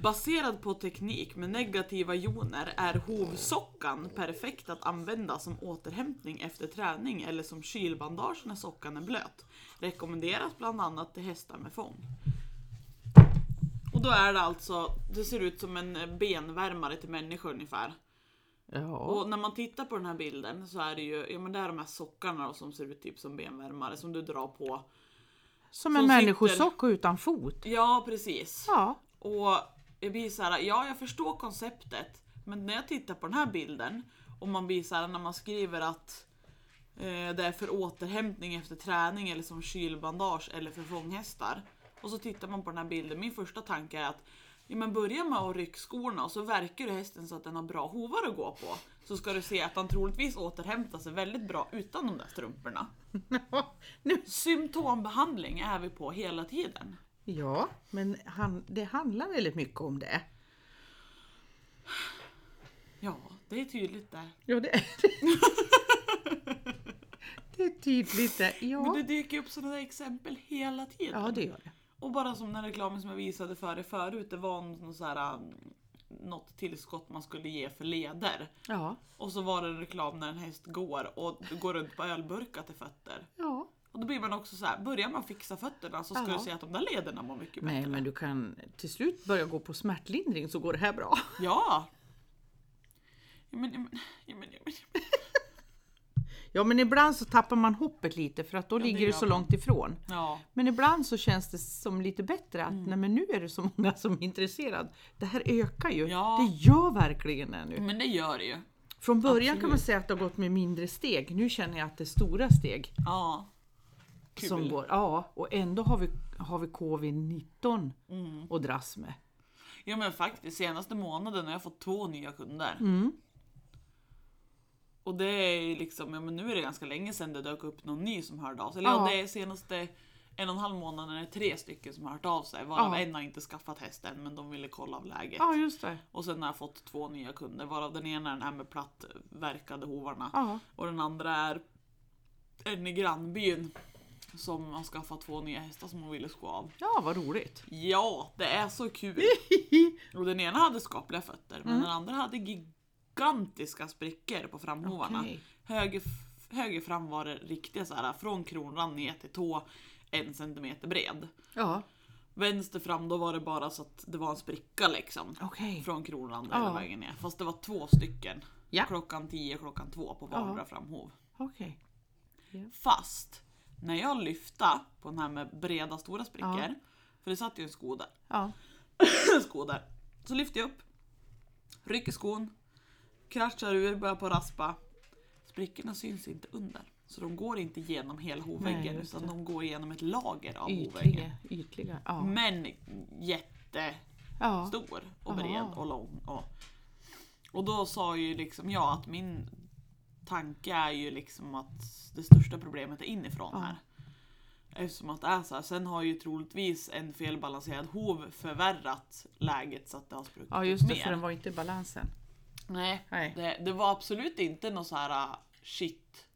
B: Baserad på teknik med negativa joner är hovsockan perfekt att använda som återhämtning efter träning eller som kylbandage när sockan är blöt. Rekommenderas bland annat till hästar med fång. Och då är det alltså, det ser ut som en benvärmare till människor ungefär.
A: Ja,
B: Och när man tittar på den här bilden så är det ju, ja men det är de här sockarna då som ser ut typ som benvärmare som du drar på.
A: som en
B: som sitter-
A: människosocka utan fot.
B: Ja precis.
A: Ja,
B: Och jag blir så här, ja jag förstår konceptet. Men när jag tittar på den här bilden och man blir så här, när man skriver att eh, det är för återhämtning efter träning eller som kylbandage eller för fånghästar. Och så tittar man på den här bilden, min första tanke är att ja, men börja med att rycka skorna och så verkar du hästen så att den har bra hovar att gå på. Så ska du se att han troligtvis återhämtar sig väldigt bra utan de där strumporna.
A: nu.
B: Symptombehandling är vi på hela tiden.
A: ja men han, det handlar väldigt mycket om det.
B: Ja, det är tydligt där.
A: Ja, det är det. är tydligt det.
B: Men
A: Ja,
B: det dyker upp sådana där exempel hela tiden.
A: ja det gör det.
B: Och bara som den reklamen som jag visade för er förut, det var någon så här, um, något tillskott man skulle ge för leder.
A: Ja,
B: Och så var det en reklam när en häst går och går runt på ölburkar till fötter.
A: ja.
B: Och då blir man också så här, börjar man fixa fötterna så ska
A: Ja.
B: du se att de där lederna mår mycket bättre.
A: Nej, men du kan till slut börja gå på smärtlindring så går det här bra.
B: Ja! Ja men, ja men, ja men, ja men.
A: Ja, men ibland så tappar man hoppet lite för att då
B: det
A: ligger det
B: gör
A: så
B: man.
A: långt ifrån.
B: Ja.
A: Men ibland så känns det som lite bättre att nej, men nu är det så många som är intresserade. Det här ökar ju.
B: Ja.
A: Det gör verkligen det nu.
B: Men det gör det ju.
A: Från början kan man säga att det har gått med mindre steg. Nu känner jag att det är stora steg
B: Ja. Kul.
A: som går. Ja, och ändå har vi, har vi covid-19
B: Mm.
A: att dras med.
B: Ja men faktiskt, senaste månaden har jag fått två nya kunder.
A: Mm.
B: Och det är ju liksom, ja men nu är det ganska länge sedan det dök upp någon ny som hörde av sig. Eller ja.
A: Ja.
B: det är senaste en och en halv månaden är det tre stycken som har hört av sig. Varav
A: Ja.
B: en har inte skaffat häst än men de ville kolla av läget.
A: Ja, just det.
B: Och sen har jag fått två nya kunder varav den ena är den här med plattverkade hovarna.
A: Ja.
B: Och den andra är en i grannbyn som har skaffat två nya hästar som hon ville sko av.
A: ja, vad roligt.
B: Ja, det är så kul! Och den ena hade skapliga fötter men
A: Mm.
B: den andra hade gigantiska sprickor på framhovarna.
A: Okej.
B: Höger, f- höger fram var det riktiga så här från kronan ner till tå en centimeter bred.
A: Ja,
B: Vänster fram då var det bara så att det var en spricka liksom.
A: okej.
B: Från kronan hela
A: Ja.
B: vägen ner. Fast det var två stycken.
A: Ja.
B: Klockan 10 klockan 2 på vardera
A: Ja.
B: framhov.
A: Okej.
B: Fast när jag lyfta på den här med breda stora sprickor.
A: Ja.
B: För det satt ju en sko där.
A: Ja.
B: sko där. Så lyfter jag upp, rycker skon, kraschar ur, börjar på att raspa. Sprickorna syns inte under. Så de går inte genom hela hovväggen
A: Nej, just
B: utan
A: det.
B: de går genom ett lager av hovväggen.
A: Ytliga. Ytliga. Ja.
B: Men jätte
A: Ja.
B: stor och
A: Jaha.
B: bred och lång. Och, och då sa ju liksom jag att min tanke är ju liksom att det största problemet är inifrån
A: Ja.
B: här. Eftersom att det är så här. Sen har ju troligtvis en felbalanserad hov förvärrat läget så att det har spruckit
A: ja, just det,
B: mer.
A: för den var inte i balansen.
B: Nej,
A: Nej.
B: det, det var absolut inte något så här ah, shit,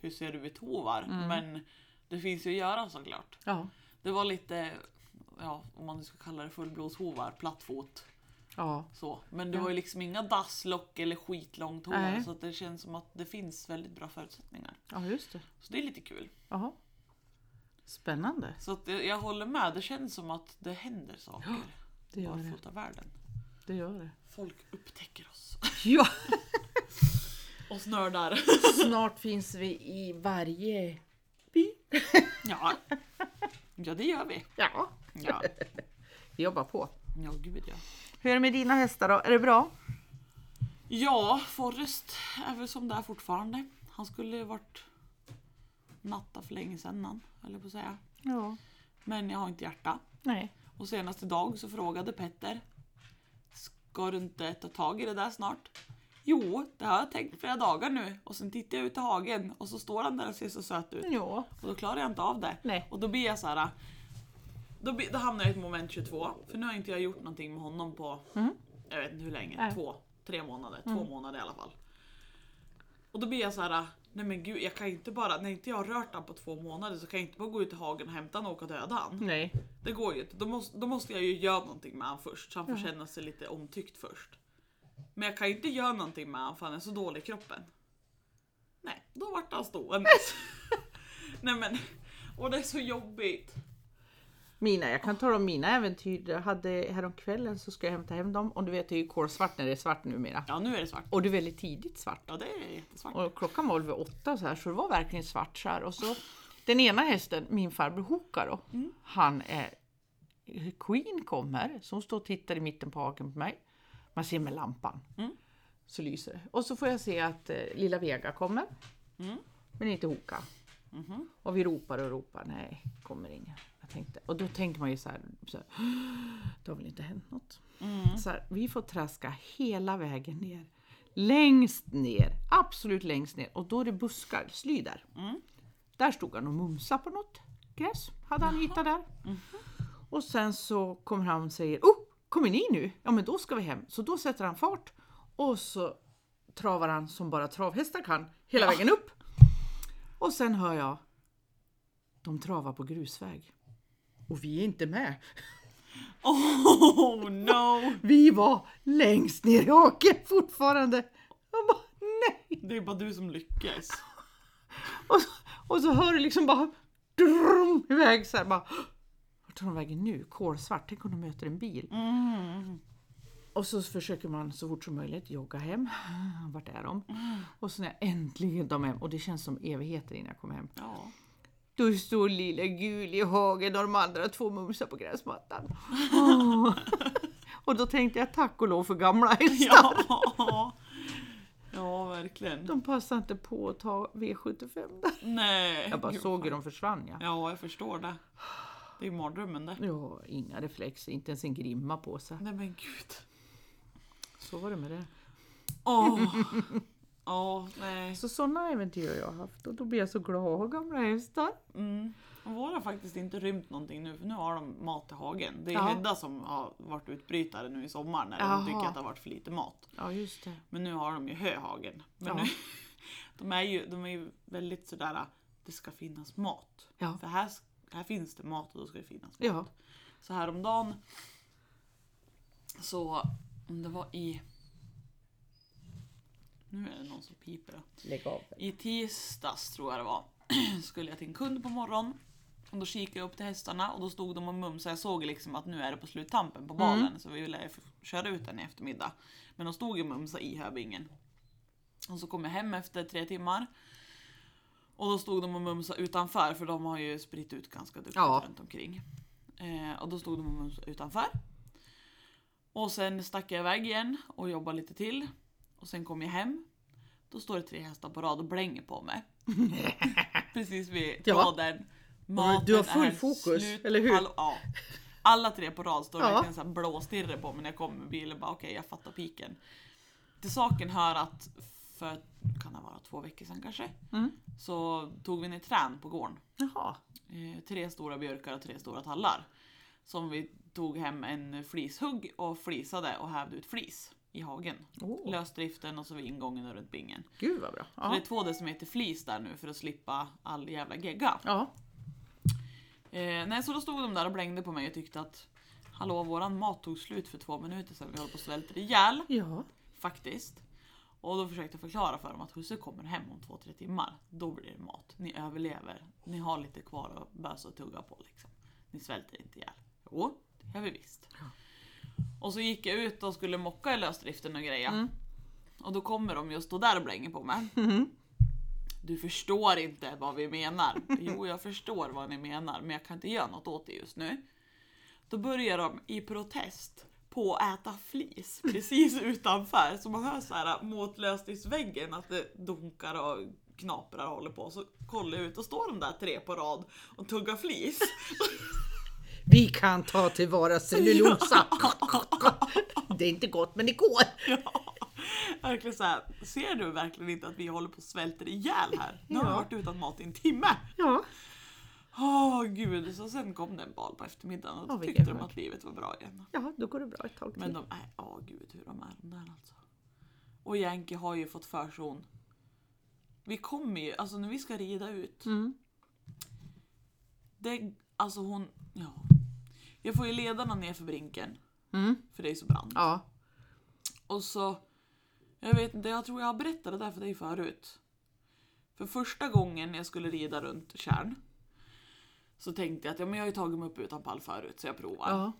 B: hur ser du ut hovar?
A: Mm.
B: Men det finns ju att göra såklart.
A: Ja.
B: Det var lite, ja om man nu ska kalla det fullblodshovar, plattfot.
A: Ja.
B: Så. Men det
A: Ja.
B: var ju liksom inga dasslock eller skitlångt hår
A: Nej.
B: så att det känns som att det finns väldigt bra förutsättningar.
A: ja, just det.
B: Så det är lite kul.
A: Jaha. Spännande.
B: Så att jag, jag håller med, det känns som att det händer saker.
A: Det gör det.
B: Barfotavärlden.
A: det, gör det.
B: Folk upptäcker oss.
A: Ja.
B: Oss nördar.
A: Snart finns vi i varje by.
B: Ja. ja, det gör vi.
A: Ja.
B: Ja,
A: Vi jobbar på.
B: ja gud ja.
A: Hur är det med dina hästar då? Är det bra?
B: Ja, Forrest är väl som det är fortfarande. Han skulle ju varit natta för länge sedan, han, höll jag på att säga.
A: Ja.
B: Men jag har inte hjärta.
A: Nej.
B: Och senast idag så frågade Petter Ska du inte ta tag i det där snart? Jo, det har jag tänkt flera dagar nu och sen tittar jag ut i hagen och så står han där och ser så söt ut
A: Ja.
B: och då klarar jag inte av det.
A: Nej.
B: Och då blir jag så här. Då, blir, då hamnar jag i ett moment 22 för nu har inte jag gjort någonting med honom på
A: Mm.
B: jag vet inte hur länge,
A: Nej. Mm.
B: två, tre månader, två månader i alla fall. Och då blir jag så här. nej men gud jag kan inte bara, när inte jag har rört han på två månader så kan jag inte bara gå ut i hagen och hämta han och åka och döda han.
A: Nej.
B: Det går ju inte. Då måste, då måste jag ju göra någonting med han först så han får känna sig lite omtyckt först. Men jag kan ju inte göra någonting med han för han är så dålig i kroppen. Nej, då vart han stående. Nej men, och det är så jobbigt.
A: Mina, jag kan ta om mina äventyr. Jag hade häromkvällen så ska jag hämta hem dem. Och du vet det är ju kolsvart när det är svart numera.
B: Ja nu är det svart.
A: Och det är väldigt tidigt svart.
B: Ja det är jättesvart.
A: Och klockan var väl vid åtta så här, så det var verkligen svart så här. Och så den ena hästen, min farbror Hoka då,
B: Mm.
A: han är... Queen kommer, så hon står och tittar i mitten på hagen på mig. Man ser med lampan.
B: Mm.
A: Så lyser det. Och så får jag se att eh, lilla Vega kommer.
B: Mm.
A: Men inte Hoka.
B: Mhm.
A: Och vi ropar och ropar, nej, kommer ingen. Jag tänkte, och då tänker man ju så här, så här det har väl inte hänt något. Så här, vi får traska hela vägen ner. Längst ner, absolut längst ner. Och då är det buskar, sly där.
B: Mm.
A: Där stod han och mumsade på något gräs, hade han hittat där. Och sen så kommer han och säger, oh, kommer ni nu? Ja men då ska vi hem. Så då sätter han fart och så travar han som bara travhästar kan, hela vägen upp. Och sen hör jag, de travar på grusväg. Och vi är inte med.
B: Oh no!
A: Vi var längst ner i haken fortfarande. Jag bara, nej!
B: Det är bara du som lyckas.
A: Och så, och så hör du liksom bara drum, iväg så här. Bara, vart tar de vägen nu? Kolsvart, tänk om de möter en bil.
B: Mm.
A: Och så försöker man så fort som möjligt jogga hem. Vart är de? Och så när jag äntligen de hem, och det känns som evigheter innan jag kommer hem.
B: Ja.
A: Då står lilla gul i hagen och de andra två mumsar på gräsmattan. Åh. och då tänkte jag tack och lov för gamla hästar.
B: Ja. ja, verkligen.
A: De passar inte på att ta V75 där.
B: Nej.
A: Jag bara
B: Gud,
A: såg hur
B: fan.
A: de försvann ja.
B: Ja, jag förstår det. Det är mardrömmen det.
A: Ja, inga reflexer, inte ens en grimma på sig.
B: Nej men gud.
A: Så var det med det.
B: Åh! Ja, nej.
A: Så sådana äventyr har jag haft och då blir jag så glad, gamla hästar.
B: Mm. Och Våra har faktiskt inte rymt någonting nu för nu har de mat i hagen. Det är
A: Ja.
B: Hedda som har varit utbrytare nu i sommar när
A: Jaha.
B: de tycker att det har varit för lite mat.
A: Ja, just det.
B: Men nu har de ju hö i hagen. Men
A: Ja.
B: nu, de, är ju, de är ju väldigt sådär, det ska finnas mat.
A: Ja.
B: För här, här finns det mat och då ska det finnas
A: Ja.
B: Så häromdagen så, om det var i... Nu är det någon som piper. då.
A: Lägg av.
B: I tisdags tror jag det var, skulle jag till en kund på morgonen. Och då kikade jag upp till hästarna och då stod de och mumsade. Jag såg liksom att nu är det på sluttampen på balen så vi ville f- köra ut den i eftermiddag. Men de stod och mumsade i höbingen. Och så kom jag hem efter tre timmar. Och då stod de och mumsade utanför för de har ju spritt ut ganska duktigt
A: Ja.
B: runt omkring. Eh, och då stod de och mumsade utanför. Och sen stack jag iväg igen och jobbade lite till. Och sen kom jag hem. Då står det tre hästar på rad och blänger på mig. Precis vid
A: Ja.
B: tråden. Maten
A: du har full
B: är
A: fokus,
B: slut.
A: eller hur?
B: Hallå, ja. Alla tre på rad står
A: Ja.
B: verkligen så här blåstirre på mig när jag kommer med bilen. Bara okej, jag fattar piken. Till saken hör att för, kan det vara två veckor sedan kanske?
A: Mm.
B: Så tog vi ner trän på gården.
A: Jaha.
B: Eh, tre stora björkar och tre stora tallar. Som vi tog hem en flishugg och flisade och hävde ut flis i hagen.
A: Åh,
B: Lösdriften och så vid ingången och runt bingen.
A: Gud vad bra.
B: Så det
A: Ja.
B: är två decimeter flis där nu för att slippa all jävla gegga.
A: Ja.
B: Eh, nej, så då stod de där och blängde på mig och tyckte att Hallå, våran mat tog slut för två minuter sedan. Vi håller på att svälta ihjäl,
A: ja.
B: faktiskt. Och då försökte jag förklara för dem att husse kommer hem om två, tre timmar. Då blir det mat. Ni överlever. Ni har lite kvar att bösa och tugga på liksom. Ni svälter inte ihjäl. Jo, det gör vi visst. Och så gick jag ut och skulle mocka i lösdriften och grejer.
A: Mm.
B: Och då kommer de ju och står där och blänger på mig.
A: Mhm.
B: Du förstår inte vad vi menar. Jo, jag förstår vad ni menar, men jag kan inte göra något åt det just nu. Då börjar de i protest på att äta flis precis utanför. Så man hör så här mot lösningsväggen att det dunkar och knaprar och håller på. Så kollar jag ut och står de där tre på rad och tuggar flis.
A: Vi kan ta tillvara cellulosa. Det är inte gott men det går.
B: Ja, verkligen så här. Ser du verkligen inte att vi håller på att svälter ihjäl här? Nu har jag
A: Ja.
B: varit utan mat i en timme.
A: Ja.
B: Åh gud, så sen kom det en bal på eftermiddagen och då
A: Åh, vilken
B: tyckte de
A: skönt.
B: att livet var bra igen.
A: ja, då går det bra ett tag till.
B: Men de är, ja gud hur de är de där alltså. Och Yankee har ju fått förson. Vi kommer ju, alltså när vi ska rida ut.
A: Mm.
B: Det, alltså hon, ja. Jag får ju ledarna ner för brinken.
A: Mm.
B: För det är så brant.
A: Ja.
B: Och så, jag vet inte, jag tror jag har berättat det där för dig förut. För första gången jag skulle rida runt Tjärn. Så tänkte jag att ja, men jag har ju tagit mig upp utan pall förut så jag provar.
A: Ja.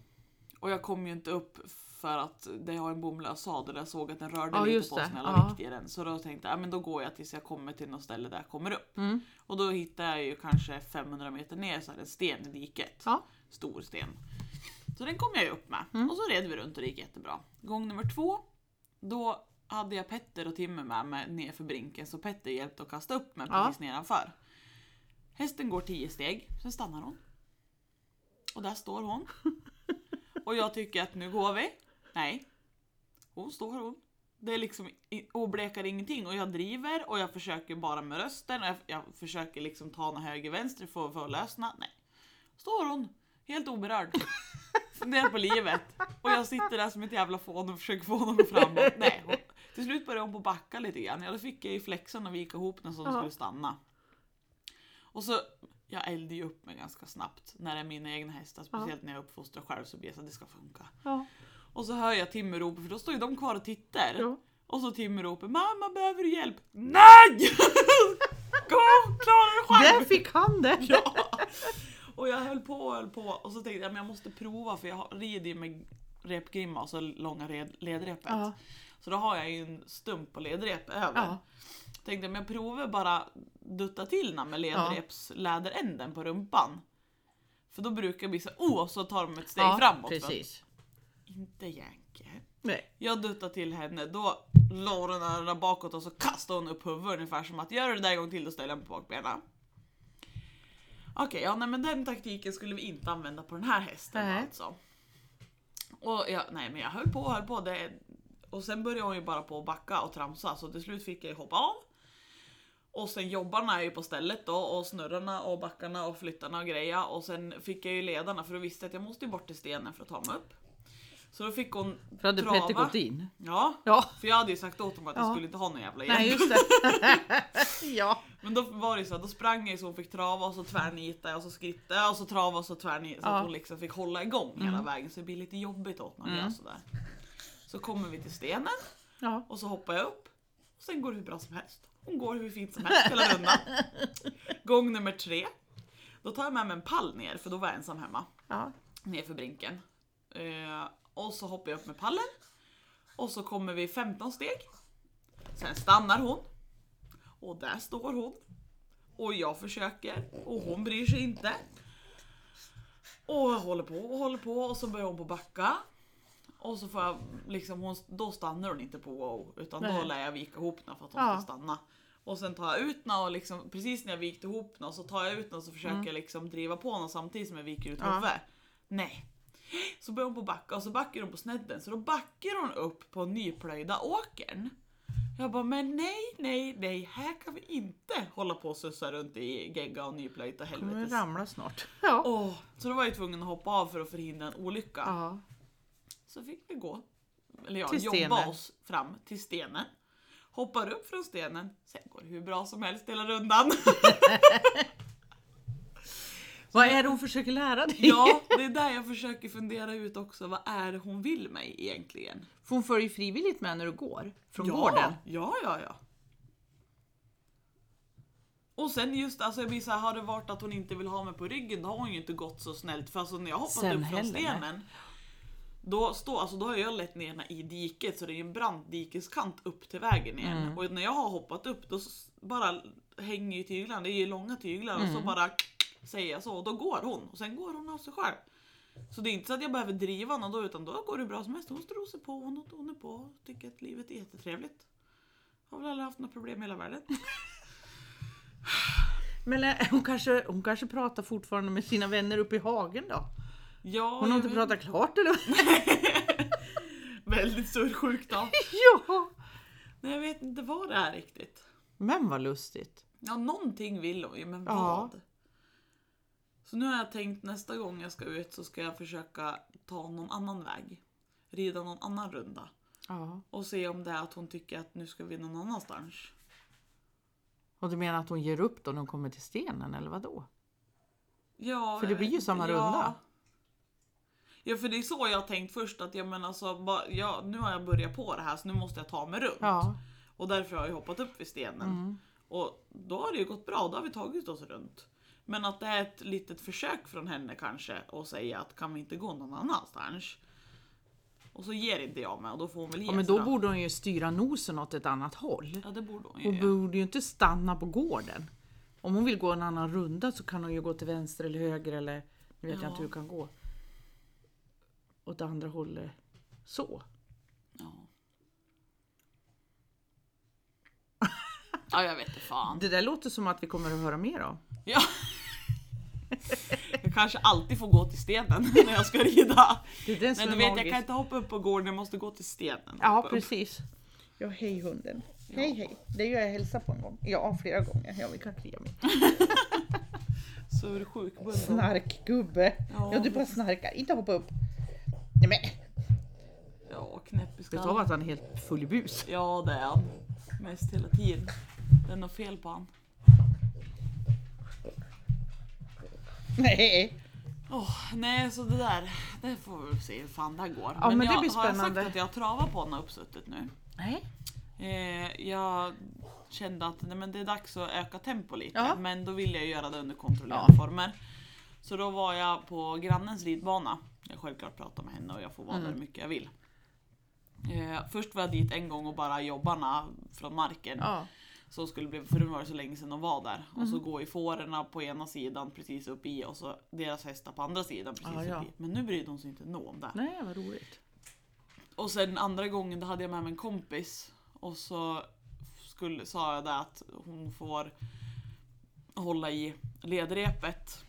B: Och jag kom ju inte upp för att det har en bomlös sadel. Jag såg att den rörde
A: Ja,
B: lite
A: just
B: på oss
A: det.
B: när jag la
A: Ja.
B: vikt i den. Så då tänkte jag, ja, men då går jag tills jag kommer till något ställe där jag kommer upp.
A: Mm.
B: Och då hittade jag ju kanske 500 meter ner så är det en sten i diket.
A: Ja.
B: Stor sten. Så den kom jag ju upp med. Och så red vi runt och det gick jättebra. Gång nummer två, då hade jag Petter och Timmer med mig ner för brinken. Så Petter hjälpte att kasta upp mig
A: Ja.
B: precis nedanför. Hästen går 10 steg, sen stannar hon. Och där står hon. Och jag tycker att nu går vi. Nej. Hon står hon. Det är liksom, i- hon blekar ingenting och jag driver och jag försöker bara med rösten och jag, jag försöker liksom ta något höger vänster för, för att lösna. Nej. Står hon, helt oberörd. Funderar på livet. Och jag sitter där som ett jävla fån och försöker få honom framåt. Nej. Hon, till slut började hon på att backa lite grann. Ja, då fick jag ju flexen och vika ihop den så hon
A: Ja.
B: skulle stanna. Och så, jag eldar ju upp mig ganska snabbt när det är mina egna hästar. Speciellt när jag uppfostrar själv så blir jag så att det ska funka.
A: Ja.
B: Och så hör jag Timmer ropa, för då står ju de kvar och tittar.
A: Ja.
B: Och så Timmer ropar Mamma behöver du hjälp? NEJ! Kom, klara dig själv!
A: Där fick han det!
B: Ja. Och jag höll på och höll på och så tänkte jag men jag måste prova för jag har- rider ju med repgrimma, alltså långa red, ledrepet.
A: Ja.
B: Så då har jag ju en stump på ledrep över.
A: Ja.
B: Tänkte men jag provar bara dutta till den med ledreps läderänden på rumpan. För då brukar det bli så oh, så tar de ett steg framåt. för att-
A: precis.
B: Inte Yankee.
A: Nej.
B: Jag duttar till henne, då la hon öronen bakåt och så kastade hon upp huvudet ungefär som att gör du det där en gång till då ställer jag mig på bakbenen. Okej, ja nej, men den taktiken skulle vi inte använda på den här hästen
A: Nej.
B: alltså. Och jag, nej men jag höll på och höll på. Det, och sen började hon ju bara på att backa och tramsa så till slut fick jag ju hoppa av. Och sen jobbarna är ju på stället då och snurrarna och backarna och flyttarna och greja och sen fick jag ju ledarna för då visste jag att jag måste ju bort till stenen för att ta mig upp. Så då fick hon
A: För hade
B: trava.
A: Petter gått in?
B: Ja,
A: Ja.
B: för jag hade ju sagt åt dem att jag
A: Ja.
B: skulle inte ha någon jävla hjälp.
A: Nej just det. ja.
B: Men då var det ju så här, då sprang jag ju så hon fick trava och så tvärnita och så skritta och så trava och så tvärnita så
A: Ja. Mm.
B: att hon liksom fick hålla igång hela vägen så det blir lite jobbigt åt när man gör sådär. Så kommer vi till stenen
A: Ja.
B: och så hoppar jag upp. Och sen går det hur bra som helst. Hon går hur fint som helst hela rundan. Gång nummer tre. Då tar jag med mig en pall ner för då var jag ensam hemma
A: Ja.
B: nerför brinken. Eh, och så hoppar jag upp med pallen. Och så kommer vi 15 steg. Sen stannar hon. Och där står hon. Och jag försöker och hon bryr sig inte. Och jag håller på och håller på och så börjar hon på backa. Och så får jag liksom, hon, då stannar hon inte på wow utan då
A: Nej.
B: lär jag vika ihop henne för att hon
A: Ja.
B: ska stanna. Och sen tar jag ut henne och liksom, precis när jag vikt ihop henne så tar jag ut henne och så försöker jag liksom driva på henne samtidigt som jag viker ut
A: Ja.
B: huvudet. Nej. Så börjar hon på backa och så backar hon på snedden så då backar hon upp på nyplöjda åkern. Jag bara, men nej, nej, nej, här kan vi inte hålla på och sussa runt i gegga och nyplöjt och
A: Kommer
B: helvetes.
A: ramla snart. Ja.
B: Åh, så då var jag ju tvungen att hoppa av för att förhindra en olycka.
A: ja.
B: Så fick vi gå, eller ja,
A: Till
B: jobba
A: stenen.
B: oss fram till stenen. Hoppar upp från stenen, sen går det hur bra som helst hela rundan.
A: Vad är det hon försöker lära dig?
B: Ja, det är där jag försöker fundera ut också, vad är det hon vill mig egentligen?
A: För hon följer frivilligt med när du går från
B: ja,
A: gården.
B: Ja, ja, ja. Och sen just alltså jag blir såhär, har det varit att hon inte vill ha mig på ryggen då har hon ju inte gått så snällt för alltså när jag har hoppat
A: Sen
B: upp från
A: heller, nej.
B: stenen då, står, alltså, då har jag lett ner henne i diket så det är ju en brant dikeskant upp till vägen igen.
A: Mm.
B: Och när jag har hoppat upp då s- bara hänger ju tyglarna, det är ju långa tyglar och
A: Mm.
B: så bara säger jag så och då går hon och sen går hon av sig själv. Så det är inte så att jag behöver driva någon då utan då går det bra som helst. Hon strosar på, hon, hon är på och tycker att livet är jättetrevligt. Har väl aldrig haft några problem i hela världen.
A: Men eh, hon kanske, hon kanske pratar fortfarande med sina vänner uppe i hagen då?
B: Ja,
A: Hon har
B: jag
A: inte
B: vet-
A: pratat klart eller? vad?
B: Väldigt surrsjuk då.
A: ja!
B: Nej jag vet inte vad det är riktigt.
A: Men vad lustigt.
B: Ja någonting vill hon ju men
A: Ja.
B: vad? Så nu har jag tänkt nästa gång jag ska ut så ska jag försöka ta någon annan väg. Rida någon annan runda.
A: Ja.
B: Och se om det är att hon tycker att nu ska vi någon annanstans.
A: Och du menar att hon ger upp då när hon kommer till stenen eller vad då?
B: Ja,
A: För det
B: jag
A: blir ju
B: vet inte.
A: samma runda.
B: Ja, för det är så jag har tänkt först att jag menar så, bara, ja, nu har jag börjat på det här så nu måste jag ta mig runt.
A: Ja.
B: Och därför har jag hoppat upp vid stenen.
A: Mm.
B: Och då har det ju gått bra, då har vi tagit oss runt. Men att det är ett litet försök från henne kanske och säga att kan vi inte gå någon annanstans? Och så ger inte jag mig och då får hon väl ge
A: ja men
B: sig
A: då
B: då.
A: borde hon ju styra nosen åt ett annat håll.
B: Ja det borde hon ju
A: Hon
B: göra.
A: borde ju inte stanna på gården. Om hon vill gå en annan runda så kan hon ju gå till vänster eller höger eller nu vet
B: Ja.
A: jag inte hur hon kan gå. Åt andra hållet. Så.
B: Ja. ja jag vet inte fan.
A: Det där låter som att vi kommer att höra mer av.
B: Ja. Jag kanske alltid får gå till stenen när jag ska rida.
A: Det är det som
B: Men du
A: är
B: vet, jag
A: magiskt.
B: kan inte hoppa upp på gården, jag måste gå till stenen.
A: Ja
B: Hoppa upp.
A: precis. Ja hej hunden. Hej hej. Det gör jag hälsa på en gång. Ja flera gånger. Ja vi kan klia mig.
B: Sursjuk bulldogs.
A: Snarkgubbe.
B: Ja.
A: Ja, du bara snarkar. Inte hoppa upp. Nej men.
B: Ja, knäpp i
A: Vet du av
B: skallen.
A: att han är helt full i bus?
B: Ja, det är han. Mest hela tiden. Det är något fel på han.
A: Nej.
B: Åh, nej, så det där, det får vi väl se hur fan det här går.
A: Ja, men det
B: jag,
A: blir
B: Har jag
A: spännande.
B: sagt att jag travar på honom uppsuttet nu?
A: Nej.
B: Eh, jag kände att nej, men det är dags att öka tempo lite,
A: Ja.
B: men då ville jag göra det under kontrollerade former. Så då var jag på grannens ridbana. Jag självklart pratade med henne och jag får vara där hur mycket jag vill. Eh, först var jag dit en gång och bara jobbarna från marken.
A: Ja.
B: Så skulle det bli, för det var ju så länge sedan de var där. Och
A: Mhm.
B: så går ju fårorna på ena sidan precis upp i och så deras hästar på andra sidan precis
A: Ah, Ja, ja.
B: upp i. Men nu bryr de sig inte nå om det.
A: Nej vad roligt.
B: Och sen andra gången då hade jag med mig en kompis och så skulle, sa jag det att hon får hålla i ledrepet.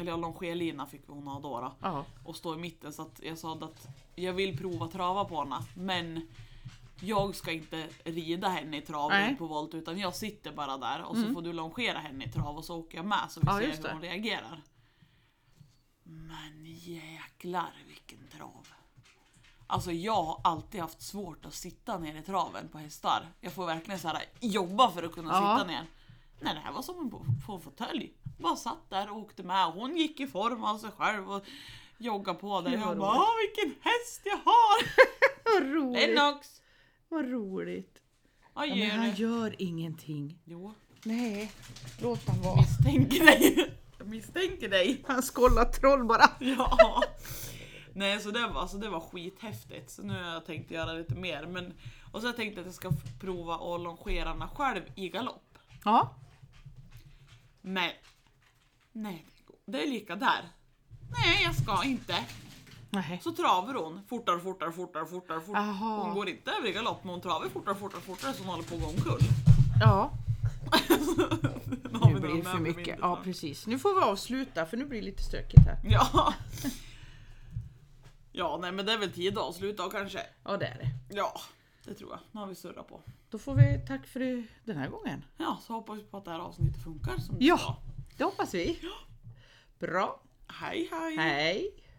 B: Eller ja, longerlina fick hon ha då, då.
A: Ja.
B: Och stå i mitten så att jag sa det att jag vill prova trava på henne men jag ska inte rida henne i trav
A: Nej. Mm.
B: runt på volt utan jag sitter bara där och så får du longera henne i trav och så åker jag med så vi
A: Ja,
B: ser
A: just
B: hur
A: det.
B: hon reagerar. Men jäklar vilken trav. Alltså jag har alltid haft svårt att sitta ner i traven på hästar. Jag får verkligen så här, jobba för att kunna
A: Ja.
B: sitta ner. Nej det här var som en på, på en fåtölj. Bara satt där och åkte med. Hon gick i form av sig själv och joggade på där.
A: Gud, vad
B: Jag bara
A: roligt.
B: "Åh, vilken häst jag har!
A: Vad roligt.
B: Lennox!
A: Vad roligt.
B: Vad
A: Ja, men
B: gör
A: han
B: du?
A: gör ingenting.
B: Jo,
A: Nej. Låt han vara.
B: misstänker dig. Jag misstänker dig.
A: Han skollar troll bara.
B: Ja. Nej så det var, alltså, det var skithäftigt. Så nu har jag tänkt göra lite mer. Men, och så har jag tänkt att jag ska f- prova att longera henne själv i galopp.
A: Ja.
B: Men nej, det går- det är lika där. Nej, jag ska inte.
A: Nej.
B: Så travar hon fortare, fortare, fortare, fortare. fortare.
A: Aha.
B: Hon går inte över i galopp, men hon travar fortare, fortare, fortare så hon håller på att gå omkull.
A: Ja.
B: Nu har vi
A: Nu blir
B: några
A: det för
B: med på
A: mycket.
B: minnet
A: Ja
B: här.
A: precis. Nu får vi avsluta för nu blir det lite stökigt här.
B: Ja. Ja, nej men det är väl tid att avsluta och kanske.
A: Ja, det är det.
B: Ja, det tror jag. Nu har vi surrat på.
A: Då får vi tack för det- den här gången.
B: Ja, så hoppas vi på att det här avsnittet funkar som det
A: Ja. Mm.
B: ska.
A: Det hoppas vi. Bra.
B: Hej hej!
A: Hej.